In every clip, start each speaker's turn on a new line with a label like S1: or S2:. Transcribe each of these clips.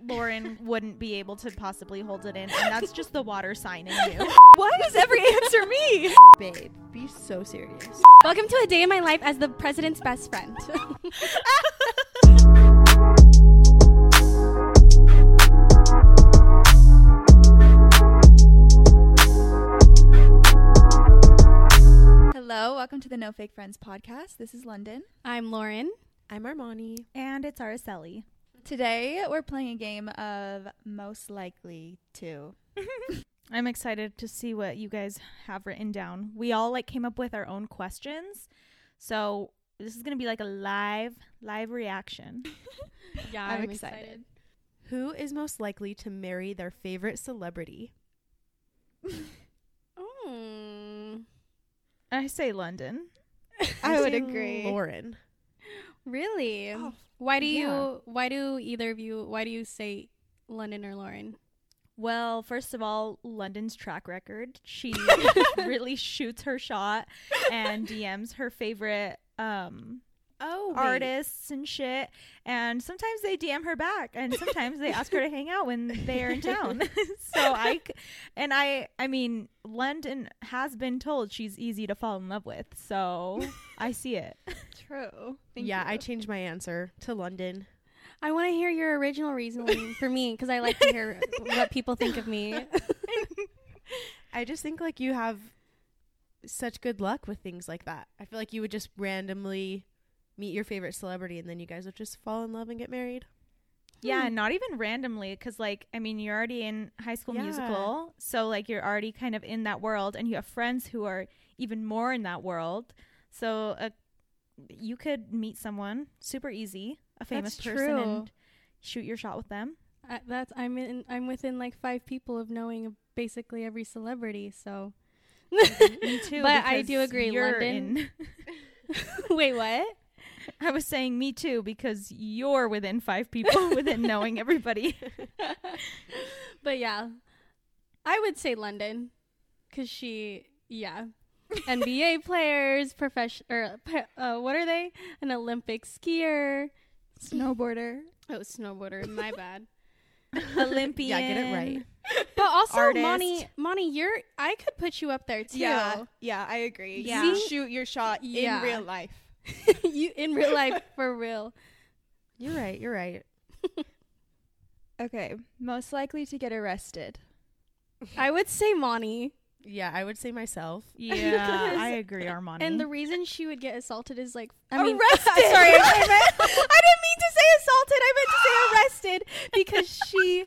S1: Lauren wouldn't be able to possibly hold it in, and that's just the water sign in you.
S2: Why is every answer me?
S3: Babe, be so serious.
S2: Welcome to a day in my life as the president's best friend.
S4: Hello, welcome to the No Fake Friends podcast. This is London.
S2: I'm Lauren.
S3: I'm Armani.
S1: and it's Araceli.
S4: Today we're playing a game of most likely to.
S1: I'm excited to see what you guys have written down. We all like came up with our own questions, so this is gonna be like a live, live reaction.
S2: Yeah,
S3: I'm I'm excited. excited. Who is most likely to marry their favorite celebrity?
S2: Oh,
S1: I say London.
S4: I would
S3: say
S4: agree.
S3: Lauren.
S2: really?
S3: Oh,
S2: why do
S3: yeah.
S2: you? Why do either of you? Why do you say London or Lauren?
S1: Well, first of all, London's track record. She really shoots her shot and DMs her favorite um
S3: Oh,
S1: artists and shit. And sometimes they DM her back, and sometimes they ask her to hang out when they are in town. so I, c- and I, I mean, London has been told she's easy to fall in love with. So I see it.
S4: True.
S3: yeah, I changed my answer to London.
S2: I want to hear your original reasoning for me because I like to hear what people think of me.
S3: I just think like you have such good luck with things like that. I feel like you would just randomly meet your favorite celebrity and then you guys would just fall in love and get married.
S1: Yeah,
S2: Hmm.
S1: and not even randomly, because like I mean, you're already in High School
S3: Yeah.
S1: Musical, so like you're already kind of in that world, and you have friends who are even more in that world. So uh, you could meet someone super easy, a famous
S2: That's
S1: person,
S2: true.
S1: and shoot your shot with them.
S2: I, that's I'm in. I'm within like five people of knowing basically every celebrity. So
S1: Me too.
S2: But I do
S1: because
S2: agree,
S1: you're
S2: London-
S1: in-
S2: wait, what?
S1: I was saying me too because you're within five people within knowing everybody.
S2: but yeah, I would say London because she, yeah, NBA players, profession, or pe- uh, what are they? An Olympic skier,
S4: snowboarder.
S2: oh, snowboarder. My bad.
S1: Olympian.
S3: Yeah, get it right.
S2: But also,
S1: Artist.
S2: Monty, Monty, you're. I could put you up there too.
S5: Yeah, yeah, I agree.
S1: Yeah.
S5: You shoot your shot
S2: Yeah.
S5: in real life.
S2: you in real life for real.
S3: You're right. You're right.
S4: Okay, most likely to get arrested.
S2: I would say Monty.
S3: Yeah, I would say myself.
S1: Yeah, I agree, Armani.
S2: And the reason she would get assaulted is like I mean,
S5: arrested.
S2: Sorry, I, meant, I didn't mean to say assaulted. I meant to say arrested because she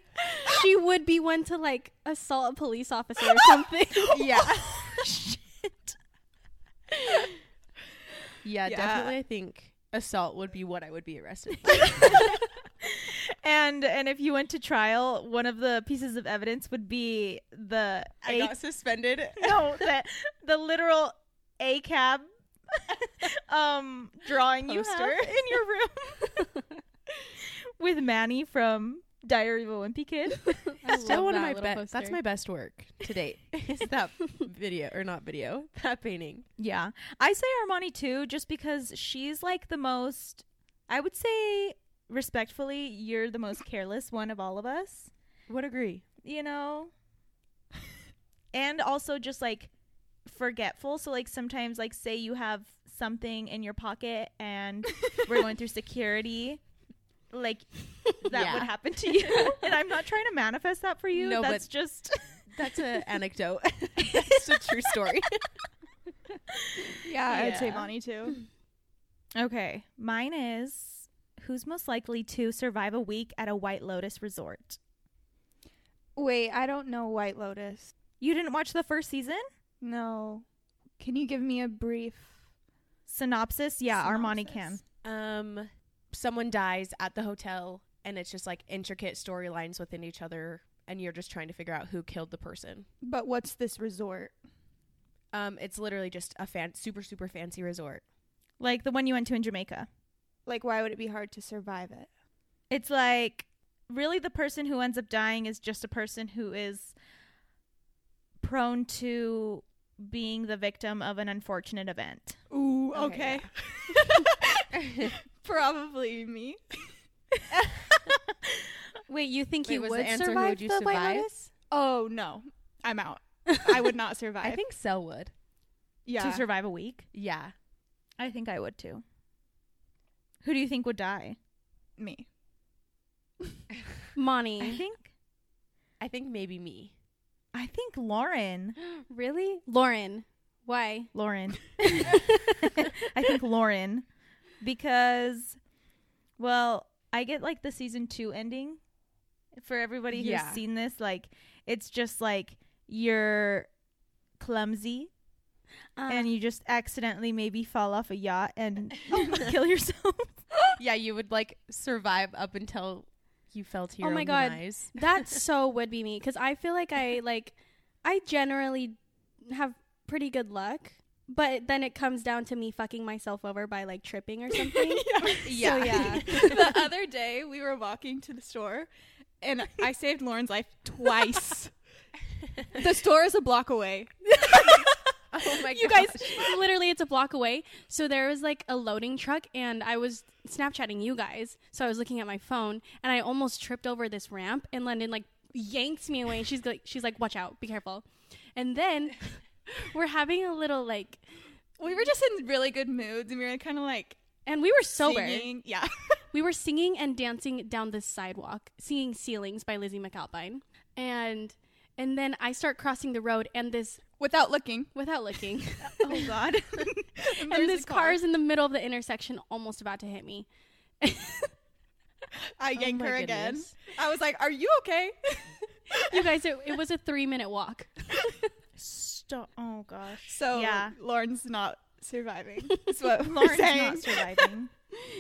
S2: she would be one to like assault a police officer or something.
S5: yeah. Yeah.
S3: Yeah, definitely. I think assault would be what I would be arrested. for.
S1: and and if you went to trial, one of the pieces of evidence would be the
S5: I got suspended.
S1: no the the literal a cab um drawing you
S5: Poster.
S1: have in your room with Manny from Diary of a Wimpy Kid.
S2: I
S3: Still
S2: love
S3: one of
S2: that
S3: my
S2: little
S3: best. That's
S2: poster.
S3: my best work to date. Is that video or not video? That painting.
S1: Yeah. I say Armani too, just because she's like the most, I would say respectfully, you're the most careless one of all of us,
S3: Would agree.
S1: you know? and also just like forgetful. So, like, sometimes, like, say you have something in your pocket and we're going through security. Like that
S3: Yeah.
S1: would happen to you, and I'm not trying to manifest that for you.
S3: No, but-
S1: That's just
S3: That's an anecdote. That's a true story.
S5: Yeah, I'd say
S1: Yeah.
S5: Bonnie too.
S1: Okay. Mine is who's most likely to survive a week at a White Lotus resort?
S4: Wait, I don't know White Lotus.
S1: You didn't watch the first season?
S4: No. Can you give me a brief?
S1: Synopsis? Yeah, Armani
S4: synopsis?
S1: can.
S3: Um, someone dies at the hotel, and it's just like intricate storylines within each other, and you're just trying to figure out who killed the person.
S5: But what's this resort?
S3: Um, it's literally just a fan, super super fancy resort.
S1: Like the one you went to in Jamaica.
S5: Like, why would it be hard to survive it?
S1: It's like really the person who ends up dying is just a person who is prone to being the victim of an unfortunate event.
S5: Ooh,
S3: Okay,
S5: Probably me.
S2: Wait, you think
S3: Wait,
S2: he
S3: was the
S2: would
S3: answer who
S2: survive
S3: would you
S2: the white
S3: survive?
S2: lotus?
S5: Oh no, I'm out. I would not survive.
S3: I think Cell would.
S5: yeah.
S1: to survive a week.
S3: Yeah.
S1: I think I would too. Who do you think would die?
S5: me.
S1: I
S2: Monty.
S1: think
S3: I think maybe me.
S1: I think Lauren.
S2: Really? Lauren. Why?
S1: Lauren. I think Lauren because well, I get like the season 2 ending for everybody who's
S3: Yeah.
S1: seen this like it's just like you're clumsy
S2: Uh,
S1: and you just accidentally maybe fall off a yacht and kill yourself.
S3: Yeah, you would like survive up until you fell to
S2: Oh
S3: your
S2: my
S3: own
S2: God.
S3: demise.
S2: that so would be me because I feel like I like I generally have pretty good luck, but then it comes down to me fucking myself over by like tripping or something.
S3: Yeah.
S2: So, yeah.
S5: the other day we were walking to the store and I saved Lauren's life twice. the store is a block away.
S3: Oh my
S2: you guys literally it's a block away so there was like a loading truck and i was snapchatting you guys so i was looking at my phone and i almost tripped over this ramp and london like yanks me away and she's like she's like watch out be careful and then we're having a little like
S5: We were just in really good moods and we were kind of like
S2: and we were sober
S5: singing. Yeah.
S2: we were singing and dancing down this sidewalk singing ceilings by lizzie mcalpine and and then i start crossing the road and this
S5: Without looking.
S2: without looking
S5: Oh god. and
S2: and
S5: there's
S2: this
S5: a
S2: car is in the middle of the intersection almost about to hit me
S5: I yank
S3: Oh my
S5: her again.
S3: goodness.
S5: I was like, "Are you okay?"
S2: you guys, it, it was a three minute walk.
S1: Stop. Oh gosh.
S5: So
S1: Yeah.
S5: Lauren's not surviving. That's what we're
S1: Lauren's
S5: saying.
S1: not surviving.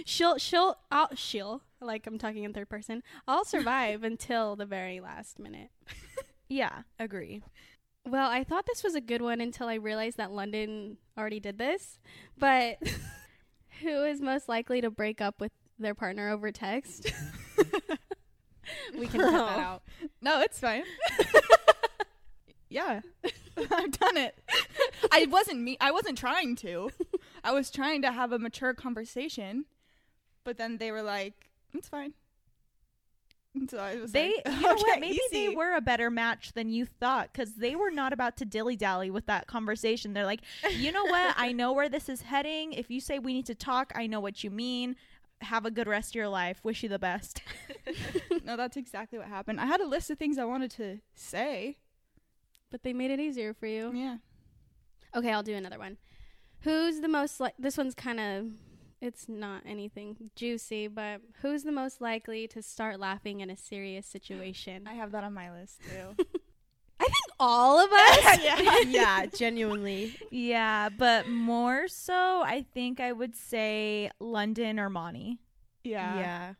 S2: She'll, she'll, I'll, she'll, like I'm talking in third person, I'll survive until the very last minute.
S1: yeah.
S3: agree.
S2: Well, I thought this was a good one until I realized that London already did this. But who is most likely to break up with their partner over text? we can cut that out.
S5: Oh. No, it's fine. yeah. I've done it. I wasn't me I wasn't trying to. I was trying to have a mature conversation, but then they were like, "It's fine." And so I was
S1: They, you
S5: like,
S1: know what?
S5: "Okay,
S1: Maybe they
S5: easy."
S1: were a better match than you thought because they were not about to dilly dally with that conversation. They're like, you know what? I know where this is heading. If you say we need to talk, I know what you mean. Have a good rest of your life. Wish you the best.
S5: No, that's exactly what happened. I had a list of things I wanted to say.
S2: But they made it easier for you.
S5: Yeah.
S2: Okay, I'll do another one. Who's the most like this one's kind of it's not anything juicy, but who's the most likely to start laughing in a serious situation?
S5: I have that on my list too.
S2: I think all of us.
S5: yeah.
S3: yeah, genuinely.
S1: yeah, but more so, I think I would say London or Monty.
S5: Yeah.
S3: Yeah.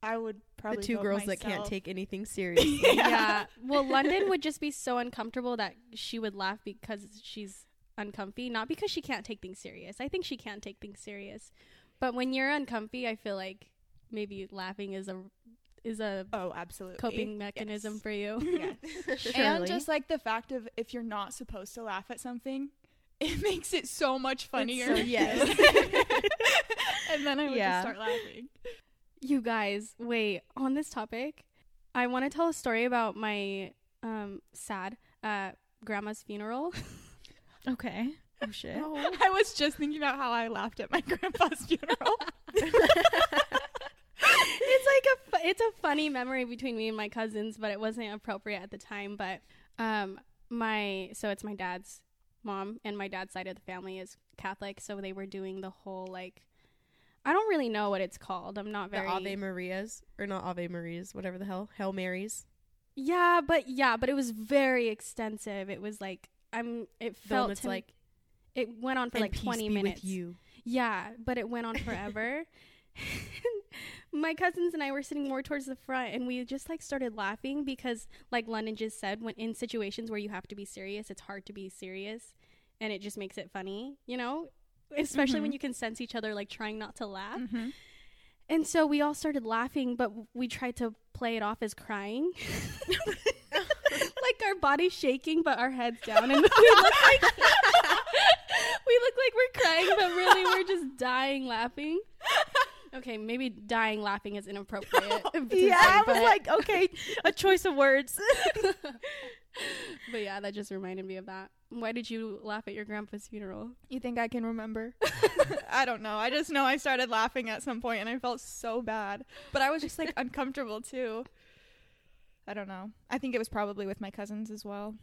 S5: I would
S3: The
S5: probably
S3: two
S5: vote
S3: girls that can't
S5: myself.
S3: take anything serious.
S2: yeah. Well, London would just be so uncomfortable that she would laugh because she's uncomfy, not because she can't take things serious. I think she can take things serious. But when you're uncomfy, I feel like maybe laughing is a is a
S5: Oh, absolutely.
S2: coping mechanism
S5: Yes.
S2: for you.
S5: Yes. And
S3: Surely.
S5: just like the fact of if you're not supposed to laugh at something, it makes it so much funnier.
S3: so- yes.
S5: and then I would
S1: Yeah.
S5: just start laughing.
S2: You guys, wait, on this topic, I want to tell a story about my um sad uh grandma's funeral.
S1: Okay. Oh, shit.
S3: Oh.
S5: I was just thinking about how I laughed at my grandpa's funeral.
S2: it's like a fu- it's a funny memory between me and my cousins, but it wasn't appropriate at the time, but um my so it's my dad's mom and my dad's side of the family is Catholic, so they were doing the whole like I don't really know what it's called. I'm not
S3: the
S2: very
S3: Ave Marias or not Ave Marias, whatever the hell, Hail Marys.
S2: Yeah, but yeah, but it was very extensive. It was like I'm it
S3: The one
S2: felt
S3: that's
S2: to me-
S3: like
S2: it went on for
S3: "And
S2: like
S3: peace
S2: 20
S3: be
S2: minutes.
S3: With you.
S2: Yeah, but it went on forever. My cousins and I were sitting more towards the front, and we just like started laughing because, like London just said, when in situations where you have to be serious, it's hard to be serious, and it just makes it funny, you know. Especially when you can sense each other like trying not to laugh. And so we all started laughing, but w- we tried to play it off as crying. like our bodies shaking, but our heads down. And we look like, we look like we're crying, but really we're just dying laughing. Okay, maybe dying laughing is inappropriate.
S1: yeah, I was
S2: but-
S1: like, okay, a choice of words.
S2: but yeah, that just reminded me of that. Why did you laugh at your grandpa's funeral?
S5: You think I can remember? I don't know. I just know I started laughing at some point and I felt so bad. But I was just like uncomfortable too. I don't know. I think it was probably with my cousins as well.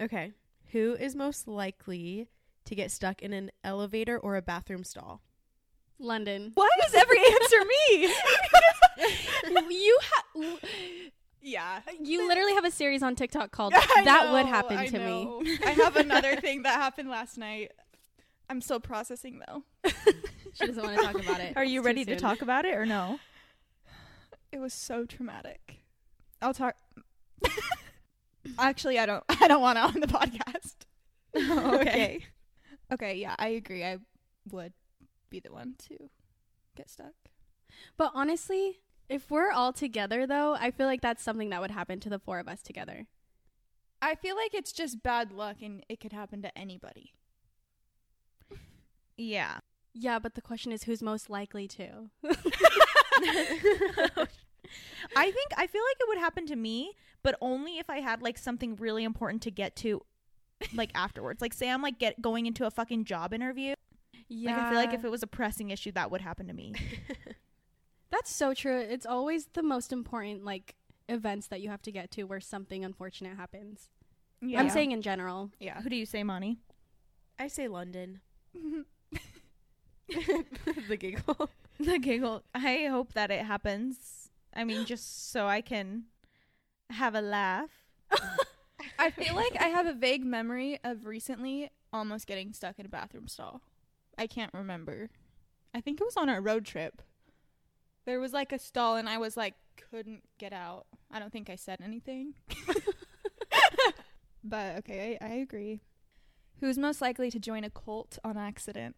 S3: Okay. Who is most likely to get stuck in an elevator or a bathroom stall?
S2: London.
S5: Why does every answer me?
S2: you ha-
S5: yeah.
S2: you literally have a series on TikTok called
S5: I
S2: "That Would
S5: know,
S2: Happen
S5: I
S2: to Me."
S5: know. I have another thing that happened last night. I'm still processing though.
S2: She doesn't want to talk about it.
S1: Are you
S2: It's too
S1: ready to
S2: soon.
S1: talk about it or no?
S5: It was so traumatic. I'll talk. Actually, I don't. I don't want to on the podcast. okay. Okay. Yeah, I agree. I would be the one to get stuck.
S2: But honestly, if we're all together though, I feel like that's something that would happen to the four of us together.
S5: I feel like it's just bad luck, and it could happen to anybody.
S1: Yeah.
S2: Yeah, but the question is who's most likely to?
S1: I think I feel like it would happen to me, but only if I had like something really important to get to like afterwards. Like say I'm like get going into a fucking job interview.
S2: yeah.
S1: Like I feel like if it was a pressing issue that would happen to me.
S2: That's so true. It's always the most important like events that you have to get to where something unfortunate happens.
S5: Yeah.
S2: I'm saying in general.
S5: Yeah.
S1: Who do you say, Monty?
S3: I say London.
S5: Mm-hmm.
S3: the giggle.
S1: The giggle. I hope that it happens. I mean, just so I can have a laugh.
S5: I feel like I have a vague memory of recently almost getting stuck in a bathroom stall. I can't remember. I think it was on our road trip. There was like a stall, and I was like, couldn't get out. I don't think I said anything. but okay, I, I agree. Who's most likely to join a cult on accident?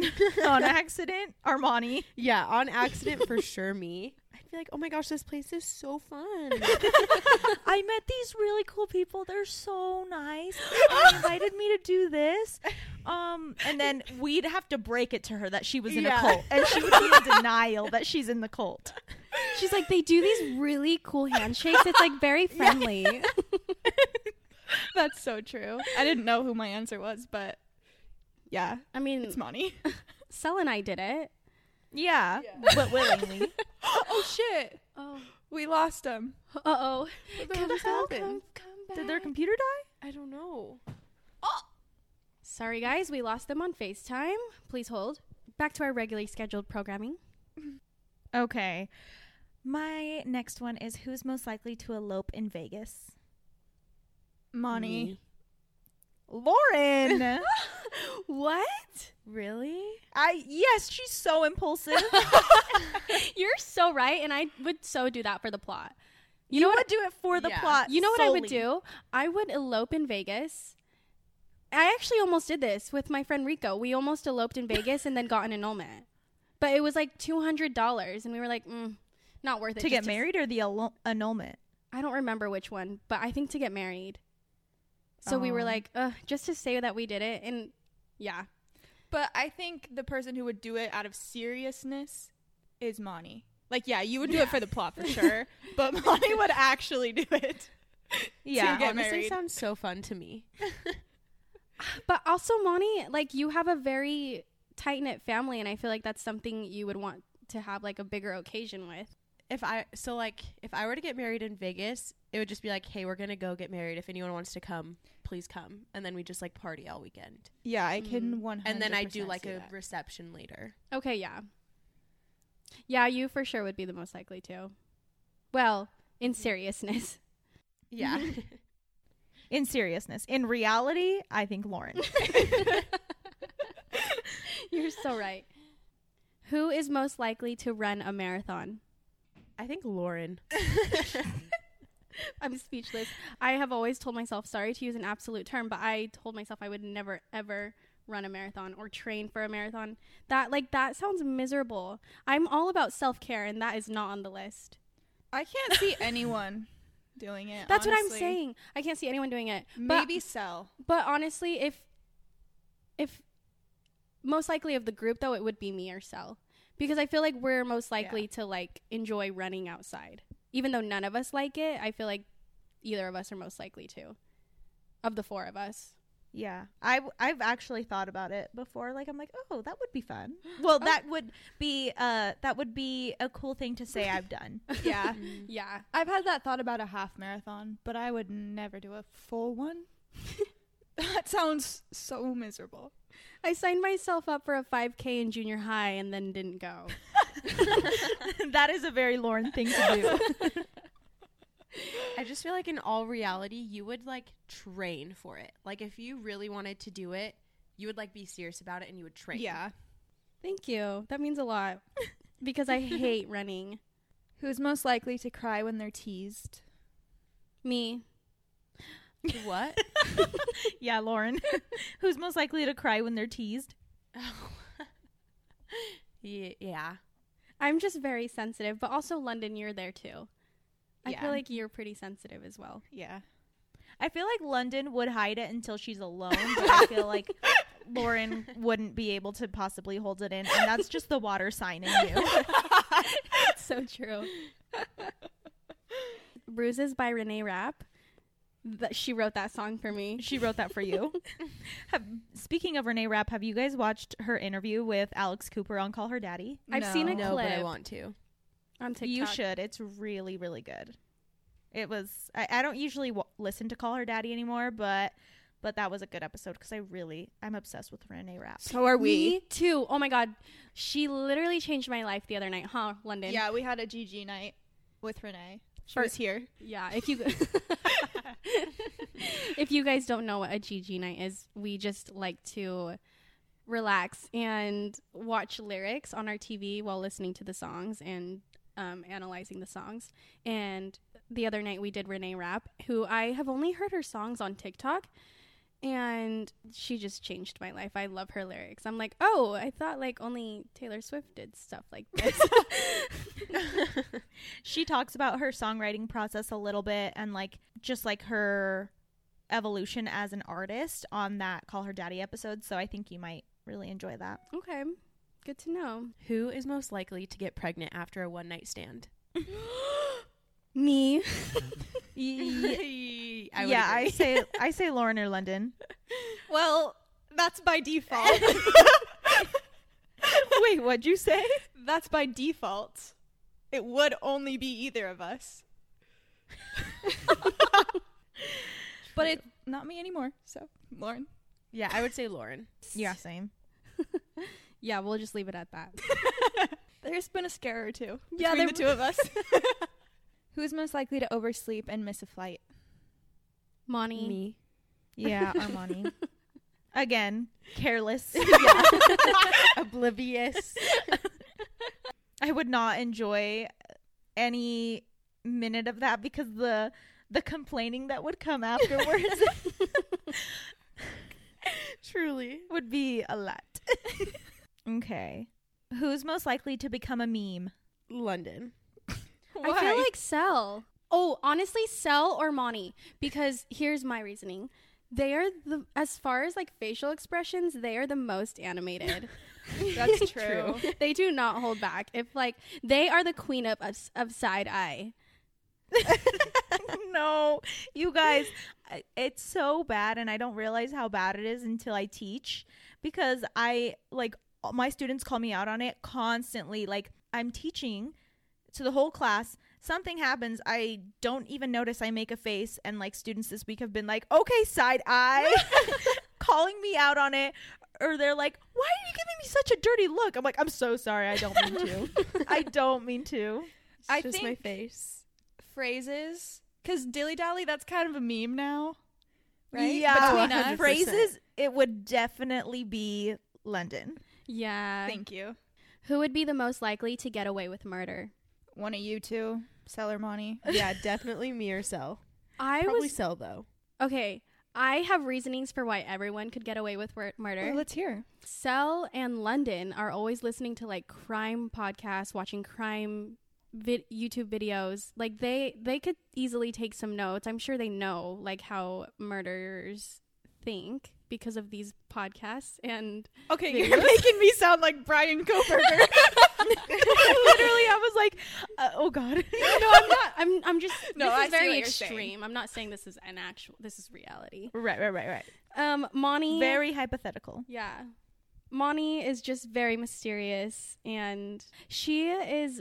S1: On accident, Armani.
S3: Yeah, on accident for sure. Me, I'd be like, oh my gosh, this place is so fun.
S1: I met these really cool people. They're so nice. They invited me to do this. Um, and then we'd have to break it to her that she was in
S3: Yeah.
S1: a cult, and she would be in denial that she's in the cult.
S2: She's like they do these really cool handshakes. It's like very friendly.
S5: That's so true. I didn't know who my answer was, but yeah,
S2: I mean,
S5: it's Monty.
S2: Sel and I did it.
S1: Yeah, but willingly.
S5: oh shit,
S2: Oh.
S5: we lost him.
S2: Uh oh.
S3: What the hell just happened?
S1: Did their computer die?
S3: I don't know.
S2: Sorry, guys, we lost them on FaceTime. Please hold. Back to our regularly scheduled programming.
S1: Okay. My next one is who's most likely to elope in Vegas?
S5: Monty.
S3: Me.
S1: Lauren.
S2: What?
S3: Really?
S1: I yes, she's so impulsive.
S2: You're so right, and I would so do that for the plot.
S1: You, know what? Do it for the
S3: Yeah.
S1: plot.
S2: You know what I would
S1: solely.
S2: do? I would elope in Vegas. I actually almost did this with my friend Rico. We almost eloped in Vegas and then got an annulment. But it was like $200, and we were like, mm, not worth it.
S1: to
S2: just
S1: get married or the alo- annulment?
S2: I don't remember which one, but I think to get married. So we were
S1: Oh.
S2: like, Ugh, just to say that we did it. And yeah,
S5: But I think the person who would do it out of seriousness is Monty. Like, yeah, you would do it for the plot for sure, but Monty would actually do it.
S1: Yeah.
S5: get
S3: honestly,
S5: married.
S3: sounds so fun to me.
S2: But also, Moni, like you have a very tight knit family, and I feel like that's something you would want to have like a bigger occasion with.
S3: If I so like if I were to get married in Vegas, it would just be like, hey, we're gonna go get married. If anyone wants to come, please come. And then we just like party all weekend.
S5: Yeah, I can one.
S3: And then I do like a reception later.
S2: Okay, yeah. Yeah, you for sure would be the most likely to. Well, in seriousness.
S3: Yeah.
S1: In seriousness, in reality, I think Lauren.
S2: You're so right. Who is most likely to run a marathon?
S3: I think Lauren.
S2: I'm speechless. I have always told myself, sorry to use an absolute term, but I told myself I would never ever run a marathon or train for a marathon. That like that sounds miserable. I'm all about self-care and that is not on the list.
S5: I can't see anyone doing it.
S2: That's what I'm
S5: honestly.
S2: saying. I can't see anyone doing it. But
S5: Maybe Sel.
S2: but honestly, if if most likely of the group though it would be me or Sel because I feel like we're most likely to like enjoy running outside even though none of us like it I feel like either of us are most likely to of the four of us
S1: Yeah, I w- I've actually thought about it before. Like I'm like, oh, that would be fun. Well, that would be uh that would be a cool thing to say I've done.
S5: Yeah.
S3: Mm.
S2: yeah
S5: I've had that thought about a half marathon, but I would never do a full one. that sounds so miserable.
S2: I signed myself up for a 5k in junior high and then didn't go
S1: that is a very Lauren thing to do.
S3: I just feel like in all reality, you would like train for it. Like if you really wanted to do it, you would like be serious about it and you would train.
S5: Yeah.
S2: thank you that means a lot because I hate running
S5: Who's most likely to cry when they're teased?
S2: me
S3: What?
S1: yeah, Lauren, who's most likely to cry when they're teased?
S3: Oh. Ye- yeah.
S2: I'm just very sensitive but also London you're there too I
S5: Yeah.
S2: feel like you're pretty sensitive as well
S5: Yeah.
S1: I feel like London would hide it until she's alone, but I feel like Lauren wouldn't be able to possibly hold it in, and that's just the water sign in you.
S2: so true. Bruises by Renee Rapp. That she wrote that song for me.
S1: She wrote that for you. have, speaking of Renee Rapp, have you guys watched her interview with Alex Cooper on Call Her Daddy?
S2: I've seen a
S5: No.
S3: No, but I
S2: clip
S3: want to.
S2: on TikTok.
S1: You should. It's really, really good. It was. I, I don't usually w- listen to Call Her Daddy anymore, but but that was a good episode because I really I'm obsessed with Renee Rapp.
S5: So are
S2: Me too. Oh my god, she literally changed my life the other night, huh, London?
S5: Yeah, we had a GG night with Renee. She was here.
S2: yeah. If you if you guys don't know what a GG night is, we just like to relax and watch lyrics on our TV while listening to the songs and um, analyzing the songs. And the other night we did Renee Rapp, who I have only heard her songs on TikTok. And she just changed my life. I love her lyrics. I'm like, oh, I thought like only Taylor Swift did stuff like this.
S1: she talks about her songwriting process a little bit and like just like her evolution as an artist on that Call Her Daddy episode. So I think you might really enjoy that.
S2: okay, good to know.
S3: Who is most likely to get pregnant after a one night stand?
S2: Me.
S3: I would
S1: yeah, I
S3: agree.
S1: say I say Lauren or London.
S5: Well, that's by default.
S1: Wait, what'd you say?
S5: that's by default. It would only be either of us. but it's not me anymore. So, Lauren.
S3: Yeah, I would say Lauren.
S1: Yeah, same.
S2: Yeah, we'll just leave it at that.
S5: There's been a scare or two
S2: Yeah, there-
S5: between the two of us. Who's most likely to oversleep and miss a flight?
S2: Monty.
S3: Me.
S1: Yeah, Armani. Again, careless.
S3: Oblivious.
S1: I would not enjoy any minute of that because the the complaining that would come afterwards
S3: Truly.
S1: would be a lot. okay. Who's most likely to become a meme?
S3: London.
S2: I feel like Cell. Oh, honestly, Cell or Monty. Because here's my reasoning. They are the as far as like facial expressions, they are the most animated.
S5: that's true.
S2: they do not hold back. If like they are the queen of of, of side eye.
S1: no, you guys, I- it's so bad, and I don't realize how bad it is until I teach because I like all- my students call me out on it constantly. Like, I'm teaching to the whole class. Something happens, I don't even notice I make a face, and like students this week have been like, okay, side eye, calling me out on it, or they're like, why are you giving me such a dirty look? I'm like, I'm so sorry, I don't mean to. I don't mean to.
S5: I
S3: just my
S5: think-
S3: face.
S5: Phrases. Because dilly dally, that's kind of a meme now. Right?
S1: Yeah,
S5: Between
S3: Oh,
S5: us.
S3: 100%.
S1: phrases, it would definitely be London.
S2: Yeah.
S5: Thank you.
S2: Who would be the most likely to get away with murder?
S5: One of you two, Seller Money.
S3: Yeah, definitely me or Cell.
S2: I
S3: Probably
S2: was
S3: Cell though.
S2: okay. I have reasonings for why everyone could get away with wor- murder.
S5: let's hear.
S2: Cell and London are always listening to like crime podcasts, watching crime vid- YouTube videos. Like they they could easily take some notes. I'm sure they know like how murders think because of these podcasts and
S5: Okay, you're making me sound like Brian Koberger.
S1: Literally, I was like, uh, oh god.
S2: no, I'm not. I'm I'm just
S5: No,
S2: this
S5: I
S2: is
S5: see
S2: very
S5: what you're saying.
S2: extreme. I'm not saying this is an actual. This is reality.
S1: right, right, right, right.
S2: Um, Monty.
S1: Very hypothetical.
S2: Yeah. Moni is just very mysterious and she is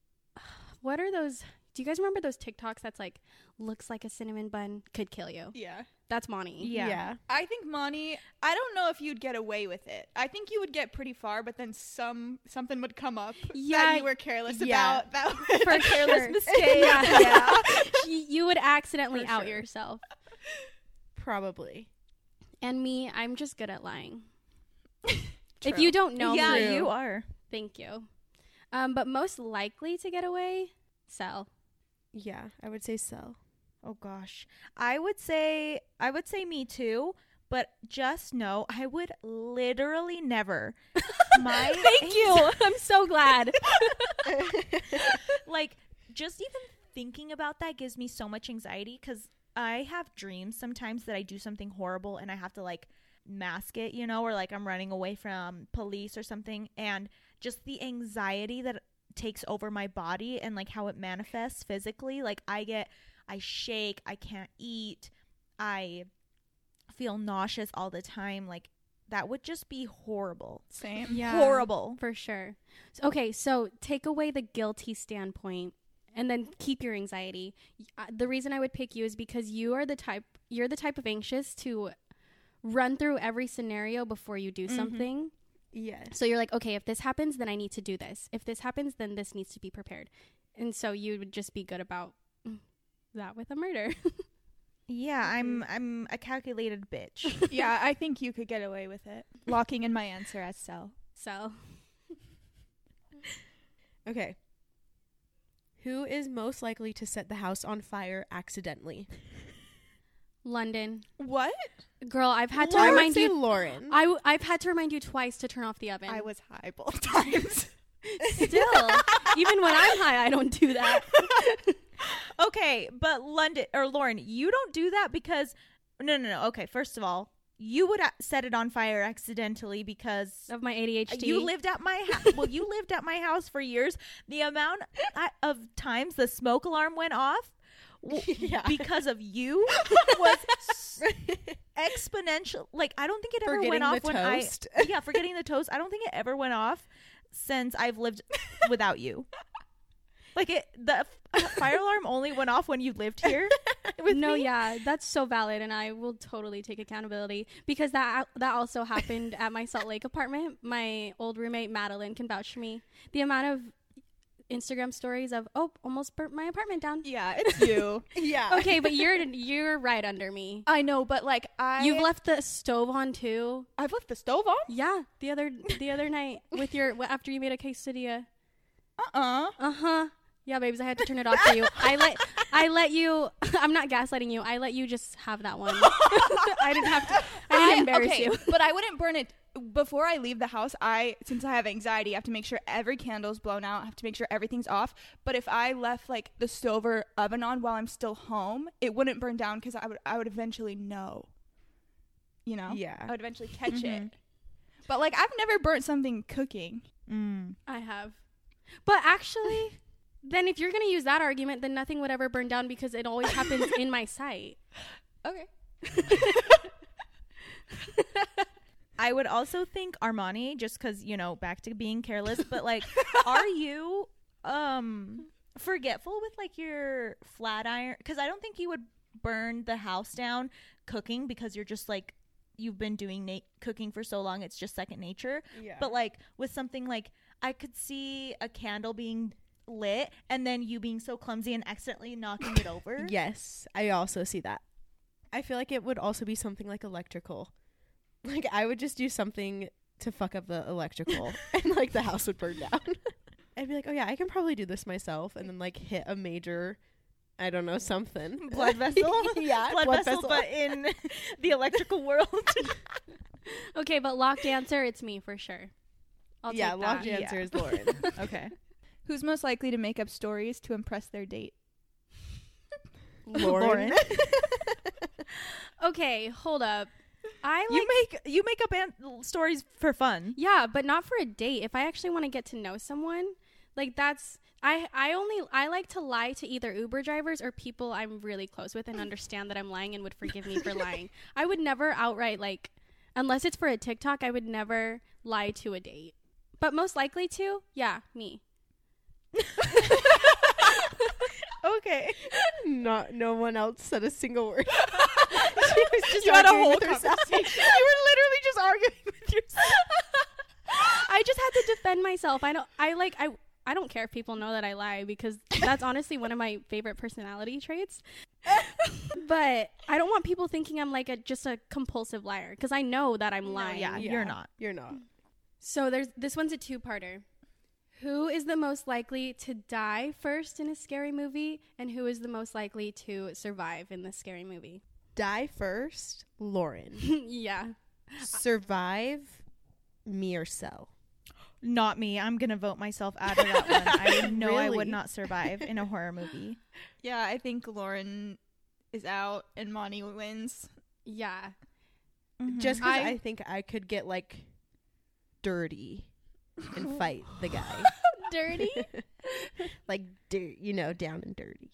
S2: what are those do you guys remember those TikToks that's like looks like a cinnamon bun could kill you?
S5: yeah.
S2: That's Moni.
S1: Yeah.
S5: I think Monty, I don't know if you'd get away with it. I think you would get pretty far, but then some something would come up
S2: Yeah,
S5: that you were careless
S3: yeah.
S5: about. That would
S2: For sure.
S1: mistake.
S2: Yeah.
S5: yeah.
S2: She- you would accidentally
S3: For
S2: out
S3: sure.
S2: yourself.
S3: Probably.
S2: And me, I'm just good at lying. if you don't know
S1: yeah,
S2: me,
S1: you are.
S2: thank you. Um, but most likely to get away, sell.
S3: Yeah, I would say sell.
S1: Oh gosh. I would say I would say me too, but just know I would literally never. My
S2: Thank you. I'm so glad.
S1: like just even thinking about that gives me so much anxiety because I have dreams sometimes that I do something horrible and I have to like mask it, you know, or like I'm running away from police or something. And just the anxiety that takes over my body and like how it manifests physically, like I get, I shake, I can't eat, I feel nauseous all the time. Like that would just be horrible.
S5: Same.
S2: Yeah. Mm-hmm.
S1: Horrible.
S2: For sure. S- Okay, so take away the guilty standpoint and then keep your anxiety. Y- uh, The reason I would pick you is because you are the type you're the type of anxious to run through every scenario before you do
S1: Mhm.
S2: something.
S3: Yes.
S2: So you're like, okay, if this happens, then I need to do this. If this happens, then this needs to be prepared. And so you would just be good about mm, that with a murder.
S1: Yeah, I'm I'm a calculated bitch.
S5: yeah, I think you could get away with it. Locking in my answer as sell.
S2: so,
S3: Okay. Who is most likely to set the house on fire accidentally?
S2: London,
S5: What?
S2: girl, I've had to
S3: I would
S2: remind
S3: say
S2: you
S3: Lauren.
S2: I w- I've had to remind you twice to turn off the oven.
S5: I was high both times.
S2: Still, even when I'm high, I don't do that.
S1: Okay, but London or Lauren, you don't do that because no, no, no. Okay, first of all, you would a- set it on fire accidentally because
S2: Of my ADHD.
S1: you lived at my house. well, you lived at my house for years. The amount I- of times the smoke alarm went off w-
S3: Yeah.
S1: because of you was s- exponential. Like I don't think it ever
S3: Forgetting
S1: went off
S3: the
S1: when
S3: toast.
S1: I yeah forgetting the toast. I don't think it ever went off since I've lived without you. Like it, the f- uh, fire alarm only went off when you lived here. With
S2: no,
S1: me.
S2: yeah, that's so valid, and I will totally take accountability because that uh, that also happened at my Salt Lake apartment. My old roommate Madeline can vouch for me. The amount of Instagram stories of oh, almost burnt my apartment down.
S5: yeah, it's you.
S3: yeah.
S2: Okay, but you're you're right under me.
S5: I know, but like I
S2: You've left the stove on too.
S5: I've left the stove on?
S2: Yeah, the other the other night with your after you made a quesadilla.
S5: Uh uh
S2: Uh huh. Yeah, babes, I had to turn it off for you. I let I let you. I'm not gaslighting you. I let you just have that one. I didn't have to. I didn't embarrass
S5: okay,
S2: you.
S5: but I wouldn't burn it before I leave the house. I since I have anxiety, I have to make sure every candle's blown out. I have to make sure everything's off. But if I left like the stove or oven on while I'm still home, it wouldn't burn down because I would I would eventually know. You know, I
S3: Yeah.
S5: would eventually catch
S1: Mhm.
S5: it. But like I've never burnt something cooking.
S1: Mm.
S2: I have. But actually, then if you're gonna use that argument, then nothing would ever burn down because it always happens in my sight.
S5: Okay.
S1: I would also think Armani, just because you know, back to being careless. But like, are you um forgetful with like your flat iron? Because I don't think you would burn the house down cooking because you're just like you've been doing na- cooking for so long; it's just second nature.
S3: Yeah.
S1: But like with something like I could see a candle being lit and then you being so clumsy and accidentally knocking it over.
S3: yes, I also see that. I feel like it would also be something like electrical. Like I would just do something to fuck up the electrical and like the house would burn down. I'd be like, "Oh yeah, I can probably do this myself." And then like hit a major I don't know, something.
S1: Blood vessel,
S3: yeah,
S1: blood, vessel, but in the electrical world.
S2: Okay, but locked answer, it's me for sure. I'll
S3: yeah,
S2: take
S3: locked
S2: that.
S1: Yeah.
S3: answer is Lauren. okay.
S5: Who's most likely to make up stories to impress their date?
S3: Lauren.
S2: Okay, hold up. I like
S1: you make you make up an- stories for fun.
S2: Yeah, but not for a date. If I actually want to get to know someone, like that's I I only I like to lie to either Uber drivers or people I'm really close with and understand that I'm lying and would forgive me for lying. I would never outright like unless it's for a TikTok, I would never lie to a date. But most likely to, yeah, me.
S1: Okay.
S3: Not no one else said a single word. she was just
S5: You had a
S3: arguing
S5: whole
S3: with herself.
S1: you were literally just arguing with yourself.
S2: I just had to defend myself. I don't I like I I don't care if people know that I lie because that's honestly one of my favorite personality traits. but I don't want people thinking I'm like a just a compulsive liar because I know that I'm lying.
S1: yeah,
S3: Yeah.
S1: you're not.
S3: You're not.
S2: So there's this one's a two-parter. Who is the most likely to die first in a scary movie and who is the most likely to survive in the scary movie?
S3: Die first, Lauren.
S2: yeah.
S3: Survive, me or Cell.
S1: Not me. I'm gonna vote myself out of that one. I know I would
S3: Really?
S1: not survive in a horror movie.
S5: Yeah, I think Lauren is out and Monty wins.
S2: Yeah.
S1: Mm-hmm.
S3: Just 'cause
S2: I-
S3: I think I could get like dirty and fight the guy.
S2: Dirty?
S3: like dirt, you know, down and dirty.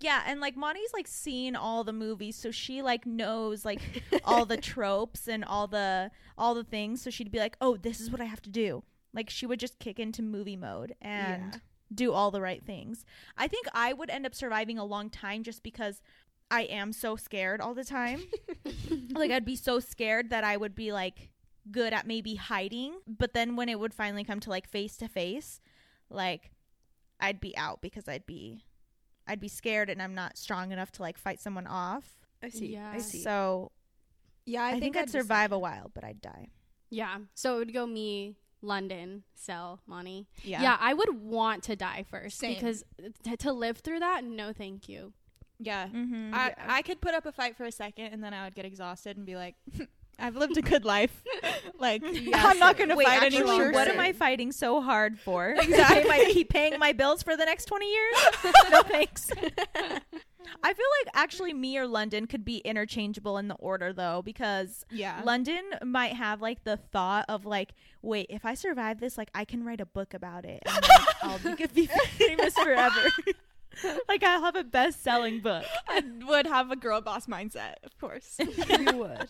S1: Yeah, and like Monty's like seen all the movies, so she like knows like all the tropes and all the all the things. So she'd be like, "Oh, this is what I have to do." Like she would just kick into movie mode and
S3: Yeah.
S1: do all the right things. I think I would end up surviving a long time just because I am so scared all the time. like I'd be so scared that I would be like good at maybe hiding, but then when it would finally come to like face to face, like I'd be out because I'd be I'd be scared and I'm not strong enough to like fight someone off.
S3: I see.
S2: Yeah.
S3: I see.
S1: So
S5: Yeah,
S1: I, think, I'd
S5: just-
S1: survive a while, but I'd die.
S2: yeah. So it would go me, London, Sel, Monty.
S1: Yeah.
S2: Yeah. I would want to die first
S5: Same.
S2: because t- to live through that, no thank you.
S5: Yeah.
S1: Mm-hmm.
S5: I, I could put up a fight for a second and then I would get exhausted and be like, I've lived a good life. like, I'm not going to
S1: Wait,
S5: fight
S1: actually,
S5: anyone.
S3: sure,
S1: what
S3: sure.
S1: am I fighting so hard for? Exactly. keep paying my bills for the next 20 years? no thanks. I feel like actually me or London could be interchangeable in the order though, because
S5: Yeah.
S1: London might have like the thought of like, wait, if I survive this, like I can write a book about it. And, like, I'll you could be famous forever. like I'll have a best-selling book.
S5: I would have a girl boss mindset, of course.
S3: you would.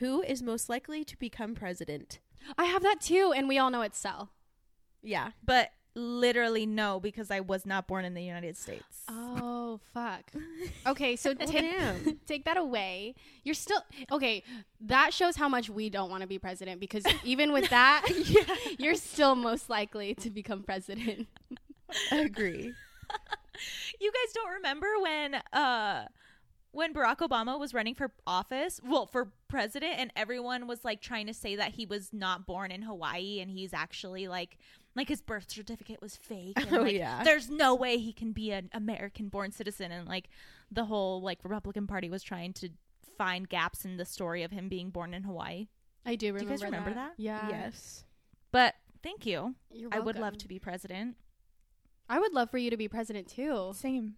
S3: Who is most likely to become president?
S2: I have that too, and we all know it's Sel.
S3: Yeah.
S1: But literally no, because I was not born in the United States.
S2: Oh fuck. Okay, so take
S3: Damn.
S2: take that away. You're still okay. That shows how much we don't want to be president because even with that, you're still most likely to become president.
S3: Agree.
S1: You guys don't remember when uh when Barack Obama was running for office, well, for president, and everyone was like trying to say that he was not born in Hawaii and he's actually like like his birth certificate was fake. And,
S3: Oh,
S1: like,
S3: yeah.
S1: There's no way he can be an American born citizen and like the whole like Republican Party was trying to find gaps in the story of him being born in Hawaii.
S2: I do remember.
S1: you guys remember that?
S2: Yeah.
S3: yes.
S1: But thank you.
S2: You're
S1: I would love
S2: welcome.
S1: to be president.
S2: I would love for you to be president too.
S5: Same.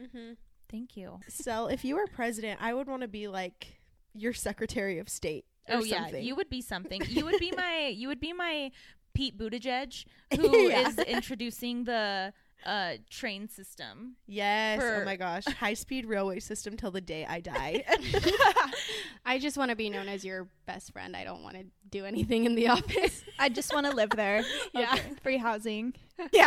S3: Mm-hmm.
S1: Thank you.
S3: So, if you were president, I would want to be like your Secretary of State. Or
S1: Oh yeah,
S3: something.
S1: you would be something. You would be my you would be my Pete Buttigieg who is
S3: Yeah.
S1: introducing the uh, train system.
S3: Yes.
S1: For-
S3: oh my gosh. High speed railway system till the day I die.
S2: I just want to be known as your best friend. I don't want to do anything in the office.
S5: I just want to live there. yeah. Free housing.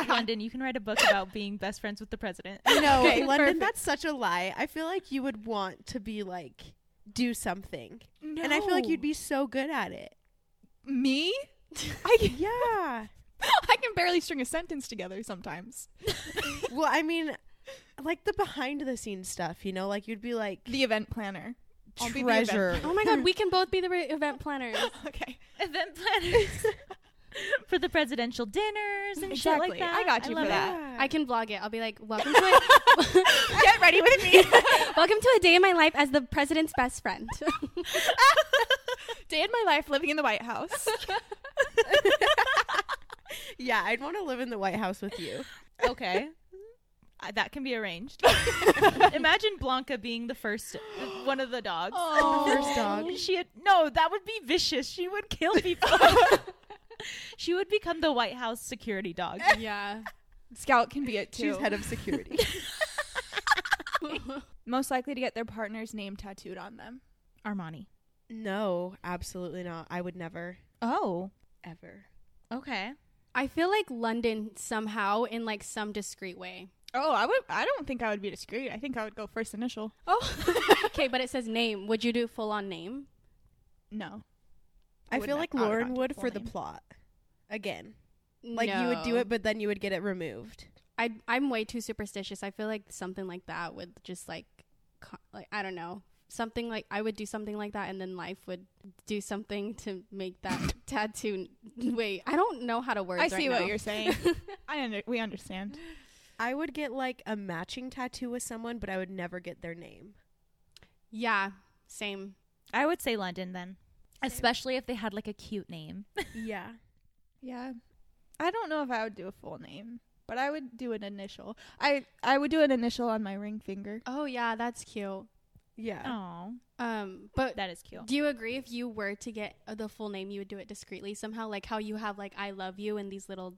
S1: London, you can write a book about being best friends with the president.
S3: no,
S2: Okay,
S3: London,
S2: perfect.
S3: that's such a lie. I feel like you would want to be like do something, and I feel like you'd be so good at it.
S5: Me? I can,
S3: Yeah.
S5: I can barely string a sentence together sometimes.
S3: well, I mean, like the behind the scenes stuff, you know, like you'd be like
S5: The event planner. I'll be the event
S3: treasure.
S2: oh my god, we can both be the re- event planners.
S5: Okay.
S1: Event planners for the presidential dinners and shit like
S5: Exactly.
S1: that.
S5: I got you
S1: love
S5: for
S1: it.
S5: that.
S2: I can vlog it. I'll be like, welcome to my
S5: Get ready with me.
S2: welcome to a day in my life as the president's best friend.
S5: Day in my life living in the White House.
S3: yeah, I'd want to live in the White House with you.
S1: Okay. Uh, that can be arranged. Imagine Blanca being the first uh, one of the dogs.
S3: First dog.
S1: She had, no, that would be vicious. She would kill people. she would become the White House security dog.
S2: yeah.
S5: Scout can be it too.
S3: She's head of security.
S5: Most likely to get their partner's name tattooed on them.
S1: Armani.
S3: no, absolutely not. I would never,
S1: Oh,
S3: ever.
S1: okay.
S2: I feel like London somehow in like some discreet way.
S5: Oh, I would. I don't think I would be discreet. I think I would go first initial.
S2: Oh. okay, but it says name. Would you do full on name?
S5: No.
S3: I
S5: would
S3: feel
S5: not-
S3: like
S5: I would not
S3: Lauren
S5: do
S3: would
S5: full
S3: for the
S5: name.
S3: plot. Again, like you would do
S2: No.
S3: it, but then you would get it removed.
S2: I I'm way too superstitious. I feel like something like that would just like co- like I don't know. Something like I would do something like that and then life would do something to make that tattoo wait, I don't know how to word
S5: I see what you're saying. I under, we understand.
S3: I would get like a matching tattoo with someone, but I would never get their name.
S2: yeah, same.
S1: I would say London then, especially if they had like a cute name.
S3: Yeah.
S5: Yeah. I don't know if I would do a full name, but I would do an initial. I I would do an initial on my ring finger.
S2: Oh yeah, that's cute.
S3: Yeah.
S1: Oh,
S2: Um but
S1: that is cute.
S2: do you agree if you were to get uh, the full name you would do it discreetly somehow like how you have like I love you and these little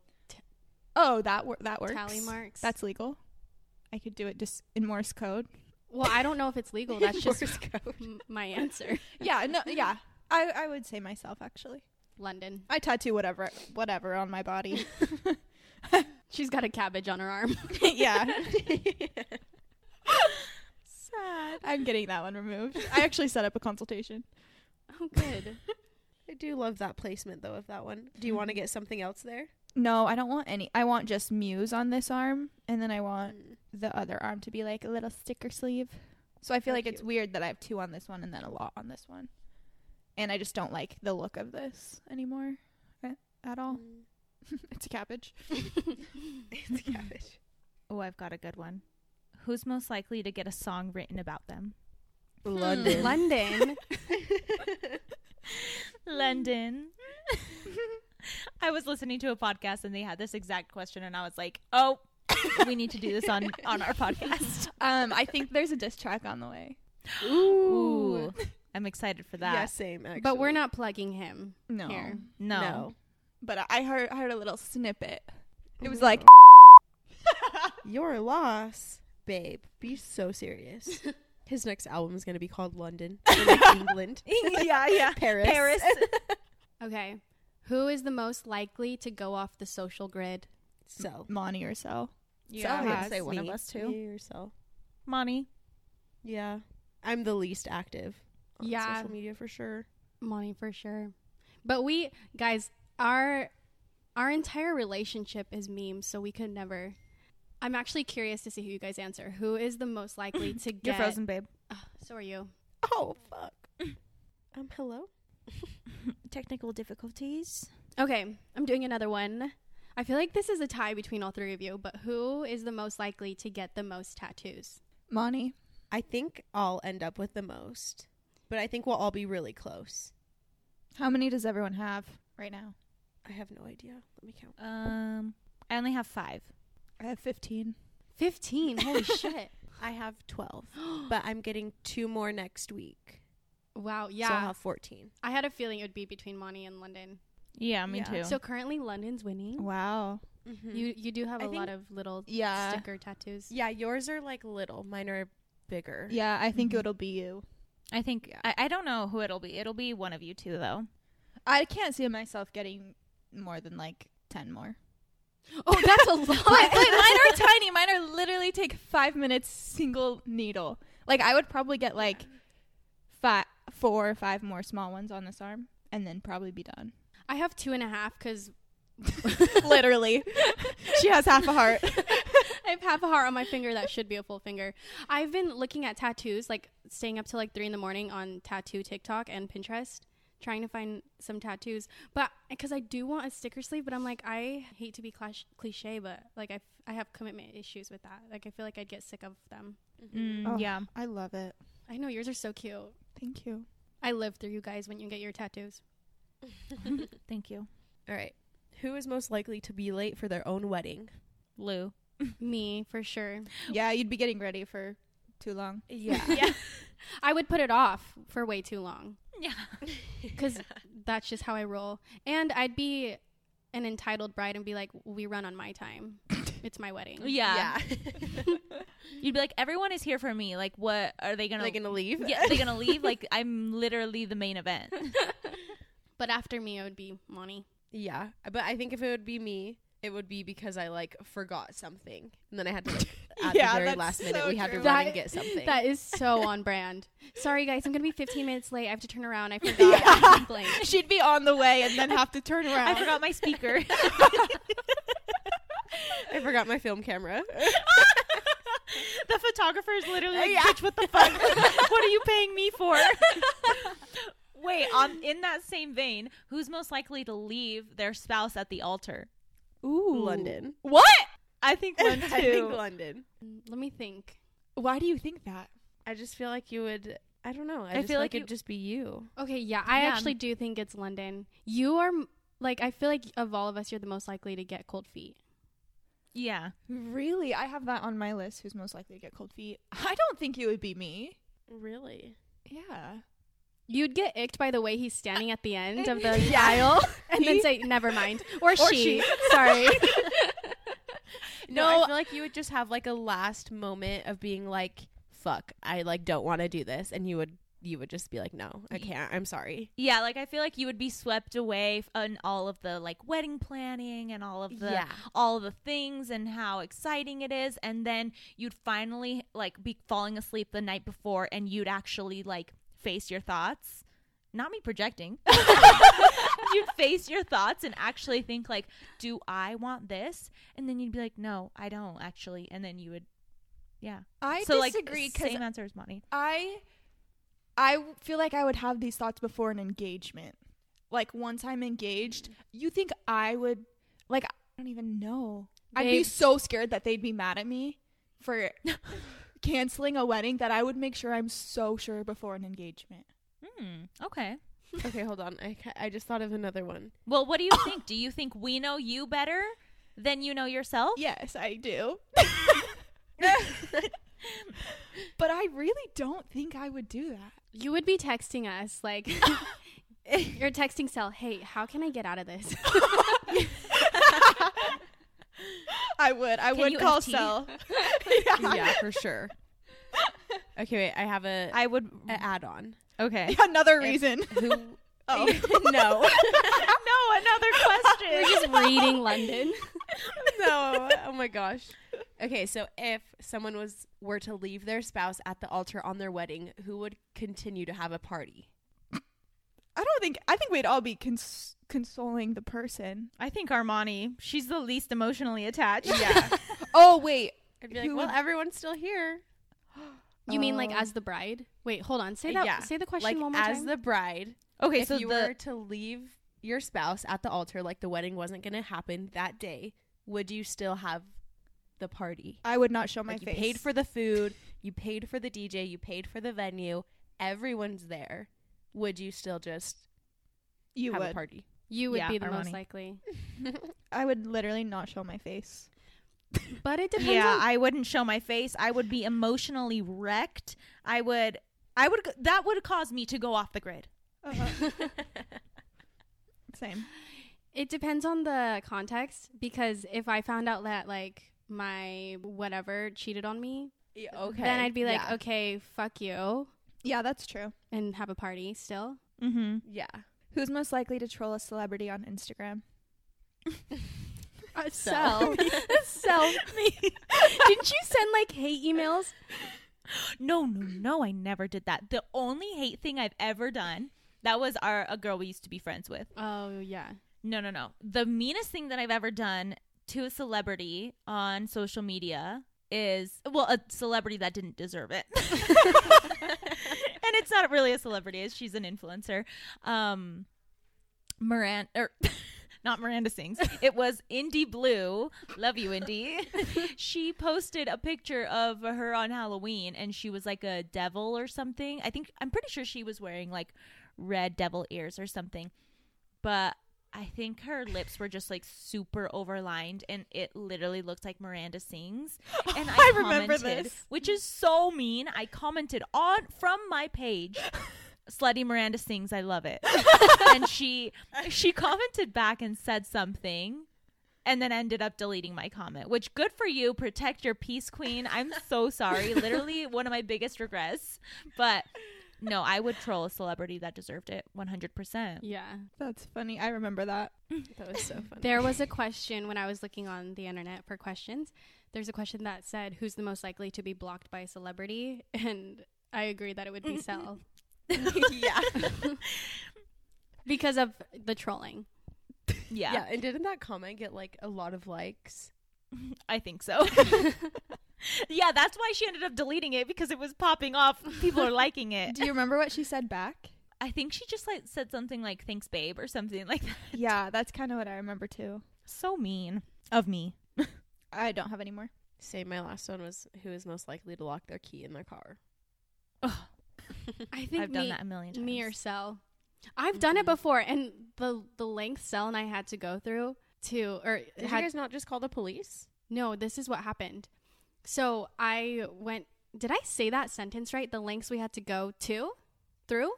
S5: Oh, that wor- that works.
S2: tally marks?
S5: That's legal. I could do it just in Morse code.
S2: Well, I don't know if it's legal. Oh, That's just m- my answer.
S5: yeah. No. Yeah. I I would say myself actually.
S2: London.
S5: I tattoo whatever whatever on my body.
S2: She's got a cabbage on her arm.
S5: yeah. Sad. I'm getting that one removed. I actually set up a consultation.
S2: Oh, good.
S3: I do love that placement though of that one. Do you want to
S1: Mm-hmm.
S3: get something else there?
S5: No, I don't want any. I want just Muse on this arm, and then I want the other arm to be like a little sticker sleeve. So I feel
S3: How
S5: like it's weird that I have two on this one and then a lot on this one. And I just don't like the look of this anymore uh, at all. it's a cabbage.
S3: It's cabbage.
S1: Oh, I've got a good one. Who's most likely to get a song written about them? Hmm.
S3: London.
S5: Hmm.
S2: London.
S1: Hmm. London. I was listening to a podcast and they had this exact question, and I was like, "Oh, we need to do this on on our podcast."
S5: Um, I think there's a diss track on the way.
S1: Ooh, I'm excited for that.
S3: yeah, same. Actually.
S2: but we're not plugging him.
S5: No,
S2: Here.
S1: No.
S5: but I- I heard I heard a little snippet. It was like,
S3: Your loss, babe. Be so serious. His next album is going to be called London, Or, like England,
S1: yeah, yeah.
S3: Paris.
S1: Paris.
S2: Okay. Who is the most likely to go off the social grid?
S3: So,
S5: Monty or so.
S1: yeah,
S3: So
S1: I
S3: it's
S1: would say one of
S2: me.
S1: us
S3: you
S1: too.
S3: yourself.
S1: Monty.
S3: Yeah, I'm the least active. On
S2: Yeah.
S3: social media for sure.
S2: Money for sure. But we guys, our our entire relationship is memes, so we could never. I'm actually curious to see who you guys answer. Who is the most likely to get?
S1: You're frozen, babe.
S2: Ugh, so are you.
S3: Oh fuck. um, hello.
S1: Technical difficulties.
S2: Okay, I'm doing another one. I feel like this is a tie between all three of you, but who is the most likely to get the most tattoos?
S5: Monty.
S3: I think I'll end up with the most, but I think we'll all be really close.
S5: How many does everyone have right now?
S3: I have no idea. Let me count.
S1: Um, I only have five.
S5: I have 15.
S2: 15. Holy shit.
S3: I have twelve, but I'm getting two more next week.
S2: Wow,
S3: So I'll
S2: yeah.
S3: have fourteen.
S2: I had a feeling it would be between Monty and London.
S1: Yeah, me
S5: Yeah.
S1: too.
S2: So currently London's winning.
S5: Wow.
S2: You you do have a
S3: I
S2: lot
S3: think-
S2: of little
S5: Yeah.
S2: sticker tattoos.
S3: Mm-hmm. Yeah, yours are like little. Mine are bigger.
S5: Yeah, I think
S1: Mhm.
S5: it'll be you.
S1: I think I, I don't know who it'll be. It'll be one of you two though.
S5: I can't see myself getting more than like 10 more.
S2: Oh, that's a lot.
S5: But mine are tiny. Mine are literally take five minutes single needle. Like I would probably get like five, four or five more small ones on this arm, and then probably be done.
S2: I have two and a half because
S5: literally, she has half a heart.
S2: I have half a heart on my finger that should be a full finger. I've been looking at tattoos, like staying up till like three in the morning on tattoo TikTok and Pinterest, trying to find some tattoos. But because I do want a sticker sleeve, but I'm like, I hate to be clash- cliche, but like I, f- I have commitment issues with that. Like I feel like I'd get sick of them.
S1: Mm,
S5: Oh.
S1: Yeah.
S5: I love it.
S2: I know yours are so cute.
S5: Thank you.
S2: I live through you guys when you get your tattoos.
S1: Thank you,
S3: All right. Who is most likely to be late for their own wedding?
S1: Lou.
S2: Me for sure.
S5: Yeah, you'd be getting ready for too long.
S1: Yeah. yeah.
S2: I would put it off for way too long
S1: Yeah.
S2: because that's just how I roll. And I'd be an entitled bride and be like, we run on my time. It's my wedding.
S1: Yeah. You'd be like, everyone is here for me. Like, what are they
S3: Are
S1: gonna?
S3: they gonna leave?
S1: yeah, they're gonna leave. Like, I'm literally the main event.
S2: But after me, it would be Monty.
S3: Yeah, but I think if it would be me, it would be because I like forgot something, and then I had to like at
S5: Yeah,
S3: the very
S5: that's
S3: last minute
S5: so
S3: we had to
S5: true.
S3: run
S2: That-
S3: and get something.
S2: That is so on brand. Sorry, guys, I'm gonna be 15 minutes late. I have to turn around. I forgot. Blank.
S5: She'd be on the way and then have to turn around.
S1: I forgot my speaker.
S3: I forgot my film camera.
S1: the photographer is literally like, bitch, what the fuck? what are you paying me for? Wait, on in that same vein, who's most likely to leave their spouse at the altar?
S3: Ooh, London.
S5: What?
S1: I think one
S3: I think
S1: too.
S3: London.
S2: Mm, Let me think.
S5: Why do you think that?
S3: I just feel like you would. I don't know. I, just
S1: feel
S3: feel
S1: like
S3: like,
S1: you-
S3: it'd just be you.
S2: Okay, yeah, I
S1: Yeah.
S2: actually do think it's London. You are m- like, I feel like of all of us, you're the most likely to get cold feet.
S1: yeah.
S5: Really? I have that on my list who's most likely to get cold feet. I don't think it would be me.
S3: Really?
S5: Yeah. Eh,
S2: You'd get icked by the way he's standing at the end of the aisle and then say, never mind. Or, she. Sorry.
S3: No,
S2: No.
S3: I feel like you would just have like a last moment of being like, "Fuck, I like don't want to do this," and you would you would just be like, "No, I can't. I'm sorry."
S1: Yeah, like I feel like you would be swept away f- on all of the like wedding planning and all of the
S3: Yeah.
S1: all the things and how exciting it is and then you'd finally like be falling asleep the night before and you'd actually like face your thoughts. Not me projecting. you'd face your thoughts and actually think like, "Do I want this?" And then you'd be like, "No, I don't actually." And then you would yeah.
S5: I
S1: so
S5: disagree
S1: like
S5: because
S1: same answer as Monty.
S5: I I w- feel like I would have these thoughts before an engagement. Like once I'm engaged, you think I would like I don't even know. I'd be
S2: Babe.
S5: so scared that they'd be mad at me for canceling a wedding that I would make sure I'm so sure before an engagement.
S1: Hmm. Okay.
S3: okay, hold on. I ca- I just thought of another one.
S1: Well, what do you think? do you think we know you better than you know yourself?
S5: Yes, I do. but I really don't think I would do that.
S2: you would be texting us, like, your texting cell, hey, how can I get out of this?
S5: I would. I
S1: Can you
S5: would call
S1: FT?
S5: Cell.
S3: yeah, for sure. Okay, wait. I have a
S1: I would.
S3: an add-on.
S1: Okay.
S5: Another reason.
S3: Who?
S5: Oh.
S3: no,
S1: no, another question.
S2: We're just reading London.
S3: no. Oh my gosh. Okay, so if someone was were to leave their spouse at the altar on their wedding, who would continue to have a party?
S5: I don't think I think we'd all be cons- consoling the person.
S1: I think Armani. She's the least emotionally attached.
S3: Yeah,
S5: Oh wait,
S3: I'd be like,
S5: Who
S3: well,
S5: would-
S3: everyone's still here.
S2: You mean like
S5: Oh.
S2: as the bride? Wait, hold on. Say that.
S3: Yeah.
S2: Say the question
S3: Like
S2: one more
S3: as
S2: time.
S3: the bride,
S1: Okay,
S3: if
S1: so
S3: you
S1: the
S3: were to leave your spouse at the altar, like the wedding wasn't going to happen that day, would you still have the party?
S2: Uh,
S5: I would not show my
S3: like you
S5: face.
S3: paid for the food, you paid for the DJ, you paid for the venue, everyone's there. Would you still just
S5: you
S3: have a
S5: would.
S3: party?
S2: you would
S1: Yeah,
S2: be the most
S1: Armani.
S2: likely.
S5: I would literally not show my face.
S2: But it depends.
S1: yeah,
S2: on-
S1: I wouldn't show my face. I would be emotionally wrecked. I would. I would. That would cause me to go off the grid.
S2: Uh-huh.
S5: Same.
S2: it depends on the context because if I found out that like my whatever cheated on me,
S3: okay.
S2: then I'd be like,
S5: yeah.
S2: okay, fuck you,
S5: Yeah, that's true.
S2: and have a party still.
S1: Mm-hmm.
S3: yeah.
S5: Who's most likely to troll a celebrity on Instagram?
S2: Uh,
S3: So.
S2: so, so didn't you send like hate emails?
S1: No, no, no. I never did that. The only hate thing I've ever done. That was our a girl we used to be friends with.
S2: Oh yeah,
S1: No, no, no. The meanest thing that I've ever done to a celebrity on social media is well, a celebrity that didn't deserve it. and it's not really a celebrity, it's she's an influencer. Um Miranda or not Miranda sings. It was Indie Blue. Love you, Indie. she posted a picture of her on Halloween and she was like a devil or something. I think I'm pretty sure she was wearing like red devil ears or something. But I think her lips were just like super overlined, and it literally looked like Miranda sings. And I,
S5: I remember
S1: commented,
S5: this.
S1: which is so mean. I commented on from my page, "Slutty Miranda sings, I love it," and she she commented back and said something, and then ended up deleting my comment. Which good for you, protect your peace, queen. I'm so sorry. Literally one of my biggest regrets, but. No, I would troll a celebrity that deserved it 100%.
S2: Yeah.
S5: That's funny. I remember that.
S3: That was so funny.
S2: There was a question when I was looking on the internet for questions. There's a question that said, "Who's the most likely to be blocked by a celebrity?" And I agree that it would be Sel
S3: yeah.
S2: because of the trolling.
S1: Yeah,
S3: yeah. And didn't that comment get like a lot of likes?
S1: I think so. yeah, that's why she ended up deleting it because it was popping off. People are liking it.
S5: Do you remember what she said back?
S1: I think she just like said something like "Thanks, babe" or something like that.
S5: Yeah, that's kind of what I remember too.
S1: So mean of me.
S5: I don't have any more.
S3: Say my last one was who is most likely to lock their key in their car.
S2: I think
S1: I've done
S2: me,
S1: that a million times.
S2: me or Sel. I've done it before, and the the length Sel and I had to go through to or
S3: Did
S2: had
S3: you guys not just call the police?
S2: No, this is what happened. So I went. Did I say that sentence right? The lengths we had to go to, through.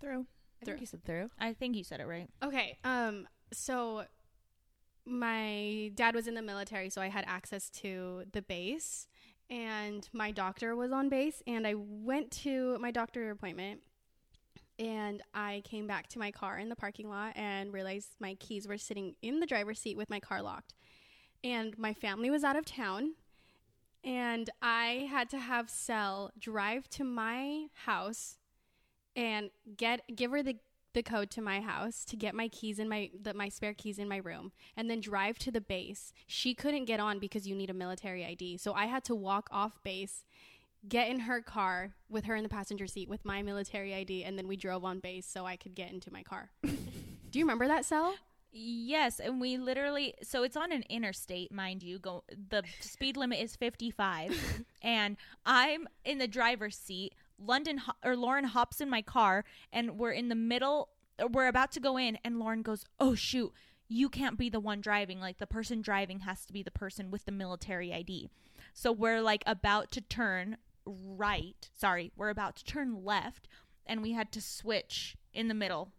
S5: Through.
S3: I
S2: Through.
S3: think you said through.
S1: I think you said it right.
S2: Okay. Um. So my dad was in the military, so I had access to the base, and my doctor was on base, and I went to my doctor appointment. And I came back to my car in the parking lot and realized my keys were sitting in the driver's seat with my car locked. And my family was out of town. And I had to have Sel drive to my house and get give her the the code to my house to get my keys in my the, my spare keys in my room and then drive to the base. She couldn't get on because you need a military ID. So I had to walk off base, get in her car with her in the passenger seat with my military ID and then we drove on base so I could get into my car. Do you remember that cell?
S1: Yes, and we literally so it's on an interstate, mind you. Go the speed limit is 55 and I'm in the driver's seat. London ho- or Lauren hops in my car and we're in the middle or we're about to go in and Lauren goes, "Oh shoot, you can't be the one driving. Like the person driving has to be the person with the military ID." So we're like about to turn right. Sorry, we're about to turn left and we had to switch in the middle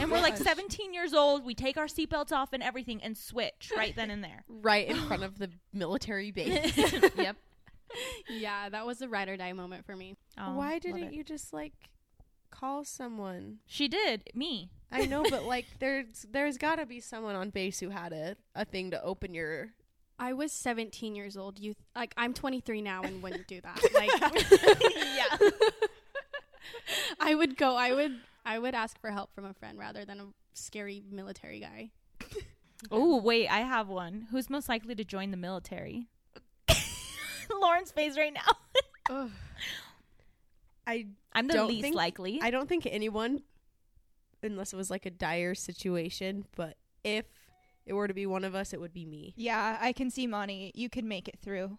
S1: and we're like 17 years old. We take our seatbelts off and everything and switch right then and there.
S3: Right in front of the military base.
S1: yep.
S2: Yeah, that was a ride or die moment for me.
S1: Oh,
S3: Why
S1: love
S3: didn't
S1: it.
S3: you just like call someone?
S1: She did. Me.
S3: I know, but like there's there's gotta be someone on base who had a, a thing to open your
S2: I was 17 years old. You like I'm 23 now and wouldn't do that. Like
S1: yeah.
S2: I would go. I would. I would ask for help from a friend rather than a scary military guy.
S1: Oh, wait. I have one. Who's most likely to join the military? Lauren's face right now.
S3: I
S1: I'm the
S3: Don't
S1: least
S3: think-
S1: likely.
S3: I don't think anyone, unless it was like a dire situation, but if it were to be one of us, it would be me.
S5: Yeah, I can see Monty. You could make it through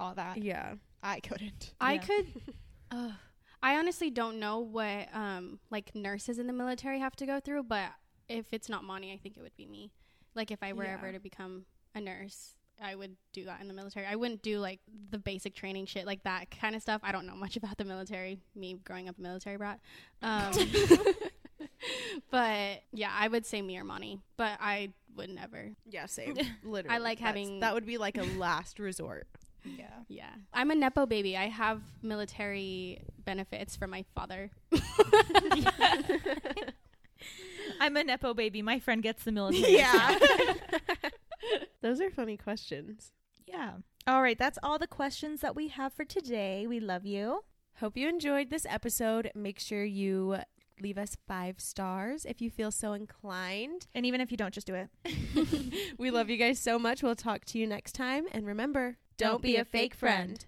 S5: all that.
S3: Yeah.
S5: I couldn't.
S2: I
S1: Yeah.
S2: could. Ugh. I honestly don't know what um like nurses in the military have to go through, but if it's not Monty, I think it would be me. Like if I were
S5: Yeah.
S2: ever to become a nurse, I would do that in the military. I wouldn't do like the basic training shit, like that kind of stuff. I don't know much about the military. Me growing up a military brat. Um, but yeah, I would say me or Monty, but I would never.
S3: Yeah, same. Literally.
S2: I like
S3: That's-
S2: having-
S3: that would be like a last resort.
S5: Yeah.
S2: Yeah. I'm a Nepo baby. I have military benefits from my father.
S1: I'm a Nepo baby. My friend gets the military.
S5: Yeah.
S3: Those are funny questions.
S1: Yeah. All right. That's all the questions that we have for today. We love you.
S3: Hope you enjoyed this episode. Make sure you leave us five stars if you feel so inclined.
S1: And even if you don't, just do it.
S3: We love you guys so much. We'll talk to you next time. And remember,
S1: Don't be a fake friend.